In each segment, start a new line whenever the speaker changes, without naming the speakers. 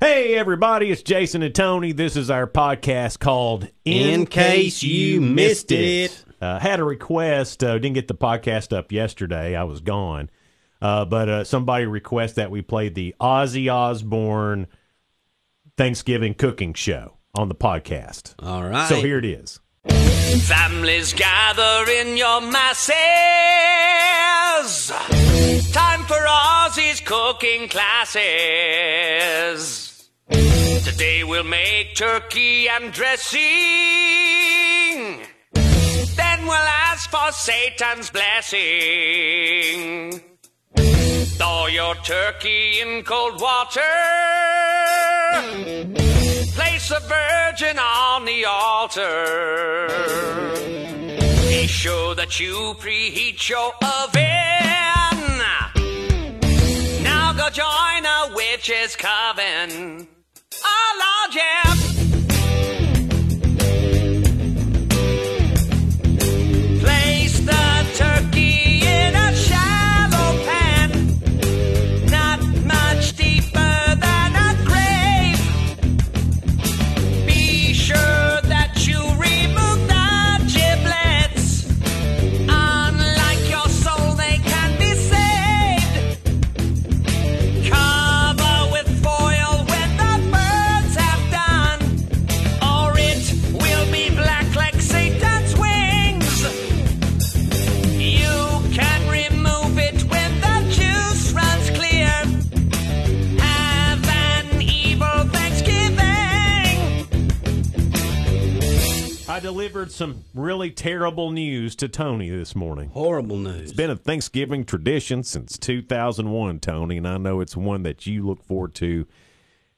Hey, everybody, it's Jason and Tony. This is our podcast called
In Case You Missed It.
Uh, had a request, uh, didn't get the podcast up yesterday. I was gone. Uh, but uh, somebody requested that we play the Ozzy Osbourne Thanksgiving cooking show on the podcast.
All right.
So here it is.
Families gather in your masses. Time for Aussie's cooking classes. Today we'll make turkey and dressing. Then we'll ask for Satan's blessing. Thaw your turkey in cold water. Place the virgin on the altar. Be sure that you preheat your oven. Now go join a witch's coven. Oh, Lord, yeah. Place the turkey in a shallow pan, not much deeper than a grave. Be sure that you remove the giblets. Unlike your soul, they can be saved. Cover with foil when the birds have done, or it will be black like Satan's wings. You can remove it when the juice runs clear. Have an evil Thanksgiving.
I delivered some really terrible news to Tony this morning.
Horrible news.
It's been a Thanksgiving tradition since 2001, Tony, and I know it's one that you look forward to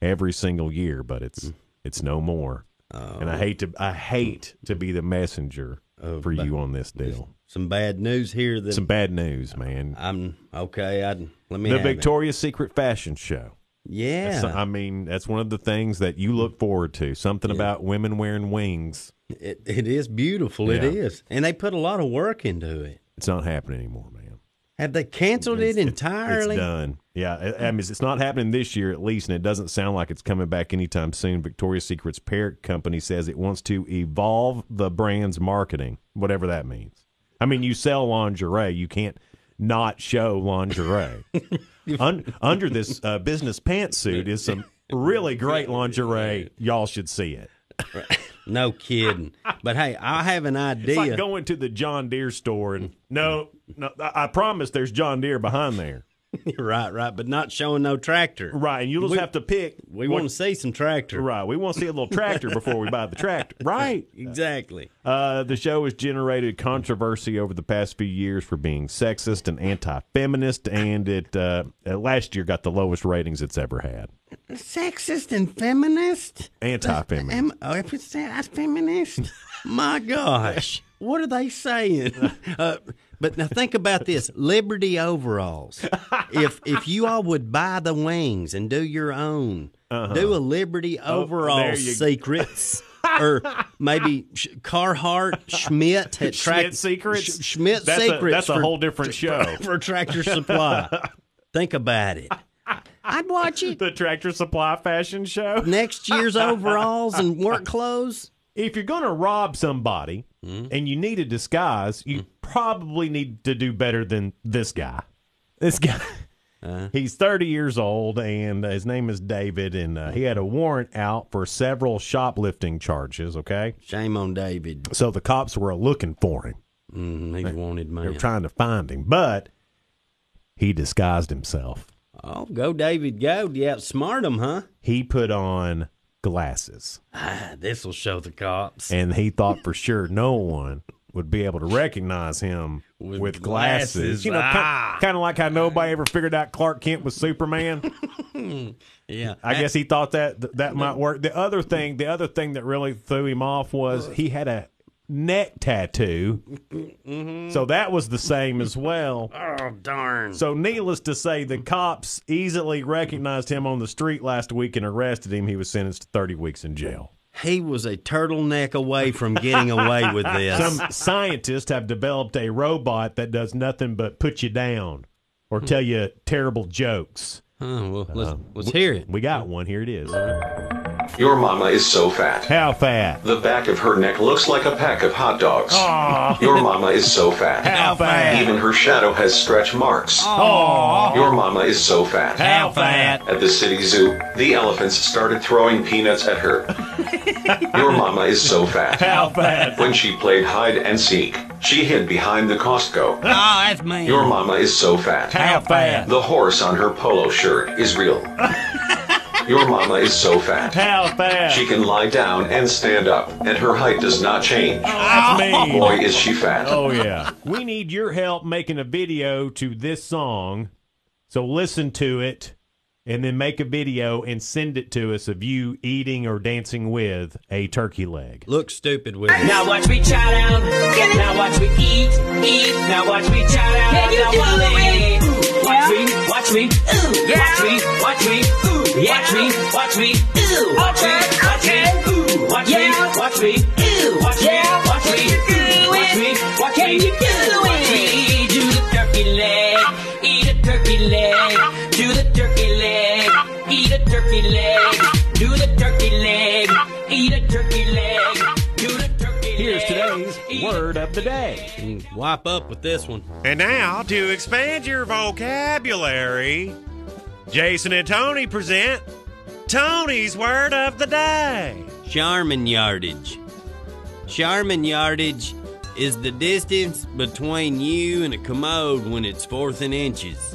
every single year, but it's
Mm.
it's no more. and
Oh.
I hate to I hate to be the messenger for you on this deal.
Some bad news here that
Some bad news, man.
I'm okay. Uh, I let me
the
have it.
Victoria's Secret fashion show.
Yeah,
So, I mean, that's one of the things that you look forward to. Something about women wearing wings.
it, it is beautiful. It
Yeah.
is, and they put a lot of work into it.
It's not happening anymore, man.
Have they canceled it entirely?
It's done. Yeah, I- I mean, it's not happening this year at least, and it doesn't sound like it's coming back anytime soon. Victoria's Secret's parent company says it wants to evolve the brand's marketing, whatever that means. I mean, you sell lingerie, you can't not show lingerie. Un- under this uh, business pantsuit is some really great lingerie. Y'all should see it.
No kidding. but hey, I have an
It's
idea.
like going to the John Deere store and no, no, I I promise there's John Deere behind there.
right, right, but not showing no tractor.
Right, and you'll just
We-
have to pick.
We
what-
want to see some tractor.
Right. We want to see a little tractor before we buy the tractor. Right.
Exactly.
Uh, the show has generated controversy over the past few years for being sexist and anti-feminist, and it uh, uh, last year got the lowest ratings it's ever had.
Sexist and feminist.
Anti-feminist.
Am, oh, if it's that feminist, my gosh, what are they saying? Uh, but now think about this: Liberty overalls. If if you all would buy the wings and do your own, do a Liberty overall
Uh-huh. Oh, there you-
secrets. or maybe Sh- Carhartt Schmidt at Track
Schmidt Secrets?
Sch- Schmidt
That's a-
Secrets.
that's a
for-
whole different show.
for Tractor Supply. think about it. I'd watch it.
The Tractor Supply fashion show.
Next year's overalls and work clothes.
If you're going to rob somebody and you need a disguise, you probably need to do better than this guy. This guy. He's 30 years old, and his name is David, and uh, he had a warrant out for several shoplifting charges. Okay,
Shame on David.
so the cops were looking for him;
Mm, he's wanted
they were
man.
trying to find him, but he disguised himself.
Oh, go David, go! You outsmart him, huh?
He put on glasses,
Ah, this will show the cops.
and he thought for sure no one would be able to recognize him with,
With
glasses.
glasses.
You know,
Ah.
kind of like how nobody ever figured out Clark Kent was Superman.
Yeah,
I guess he thought that th- that might work. The other thing, the other thing that really threw him off was he had a neck tattoo, so that was the same as well.
Oh darn!
So, needless to say, the cops easily recognized him on the street last week and arrested him. He was sentenced to 30 weeks in jail.
He was a turtleneck away from getting away with this.
Some scientists have developed Hmm. a robot that does nothing but put you down or tell you terrible jokes.
Huh, well,
Uh,
let's, let's hear it.
We got one. Here it is.
Your mama is so fat.
How fat?
The back of her neck looks like a pack of hot dogs. Your mama is so fat.
How fat?
Even her shadow has stretch marks.
Oh,
Your mama is so fat.
how fat?
At the city zoo, the elephants started throwing peanuts at her. Your mama is so fat.
How fat?
When she played hide and seek, she hid behind the Costco.
Oh, that's me.
Your mama is so fat.
How fat?
The horse on her polo shirt is real. Your mama is so fat.
How
She
fat?
can lie down and stand up, and her height does not change.
That's me.
Boy, is she fat.
Oh yeah. We need your help making a video to this song. So listen to it and then make a video and send it to us of you eating or dancing with a turkey leg.
Look stupid with it.
Now watch me chow down. Now watch me eat, eat. Now watch me chow down.
Can you
now
do it?
Ooh, Watch me, watch me, ooh,
Yeah.
watch me, watch me, ooh,
Yeah.
watch me, watch me, ooh, watch me, watch me,
Okay, okay.
ooh, watch me,
Yeah.
watch me, ooh, watch me,
Yeah.
watch me,
Can you do
ooh, watch
it?
me, watch
Can
me,
you do
ooh, watch me. Do the turkey leg, eat a turkey leg, do the turkey leg, eat a turkey leg, do the turkey leg, eat a turkey leg, do the turkey leg.
Here's today's word of the day.
You can Mm, wipe up with this one.
And now, to expand your vocabulary, Jason and Tony present Tony's Word of the Day.
Charmin yardage. Charmin yardage is the distance between you and a commode when it's fourth in inches.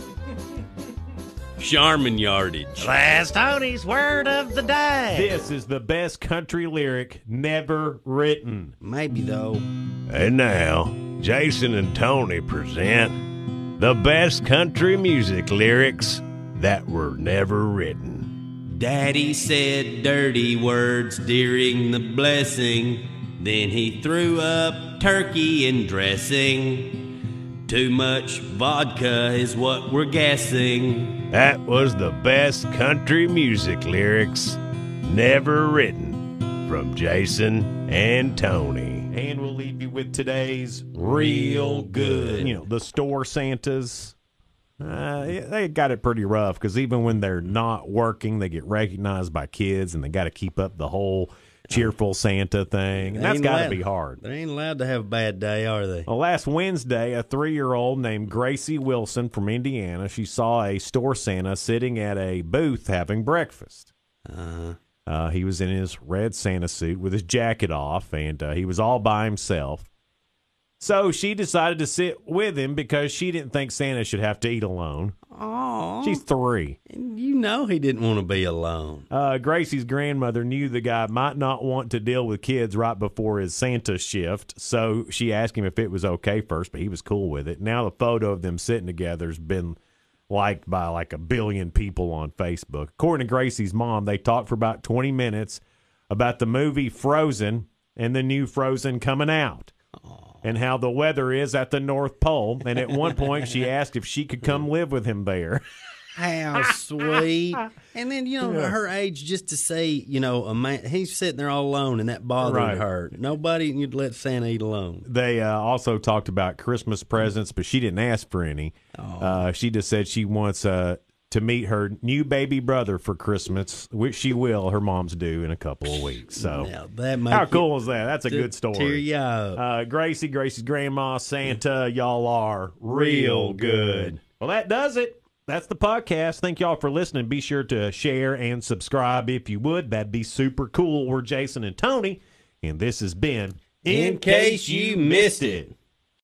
Charmin yardage.
That's Tony's Word of the Day. This is the best country lyric never written.
Maybe though.
And now, Jason and Tony present the best country music lyrics that were never written.
Daddy said dirty words during the blessing. Then he threw up turkey and dressing. Too much vodka is what we're guessing.
That was the best country music lyrics never written from Jason and Tony. And we'll leave you with today's real good. You know, the store Santas. Uh, they got it pretty rough because even when they're not working, they get recognized by kids, and they got to keep up the whole cheerful Santa thing. And that's
Ain't
got to
allowed-
be hard.
They ain't allowed to have a bad day, are they?
Well, last Wednesday, a three year old named Gracie Wilson from Indiana, she saw a store Santa sitting at a booth having breakfast. Uh, he was in his red Santa suit with his jacket off, and uh, he was all by himself. So she decided to sit with him because she didn't think Santa should have to eat alone.
Aw.
She's three.
You know he didn't want to be alone.
Uh, Gracie's grandmother knew the guy might not want to deal with kids right before his Santa shift, so she asked him if it was okay first, but he was cool with it. Now the photo of them sitting together has been liked by like a billion people on Facebook. According to Gracie's mom, they talked for about 20 minutes about the movie Frozen and the new Frozen coming out. And how the weather is at the North Pole. And at one point, she asked if she could come live with him there.
How sweet. And then, you know, her age, just to see, you know, a man, he's sitting there all alone and that bothered
Right.
her. Nobody, you'd let Santa eat alone.
they uh, also talked about Christmas presents, but she didn't ask for any.
Oh.
Uh, she just said she wants uh, to meet her new baby brother for Christmas, which she will. Her mom's due in a couple of weeks. So,
Now, that might
how cool is that? That's a good story.
Cheerio.
Uh, Gracie, Gracie's grandma, Santa, y'all are real good. Well, that does it. That's the podcast. Thank y'all for listening. Be sure to share and subscribe if you would. That'd be super cool. We're Jason and Tony, and this has been
In case you missed it.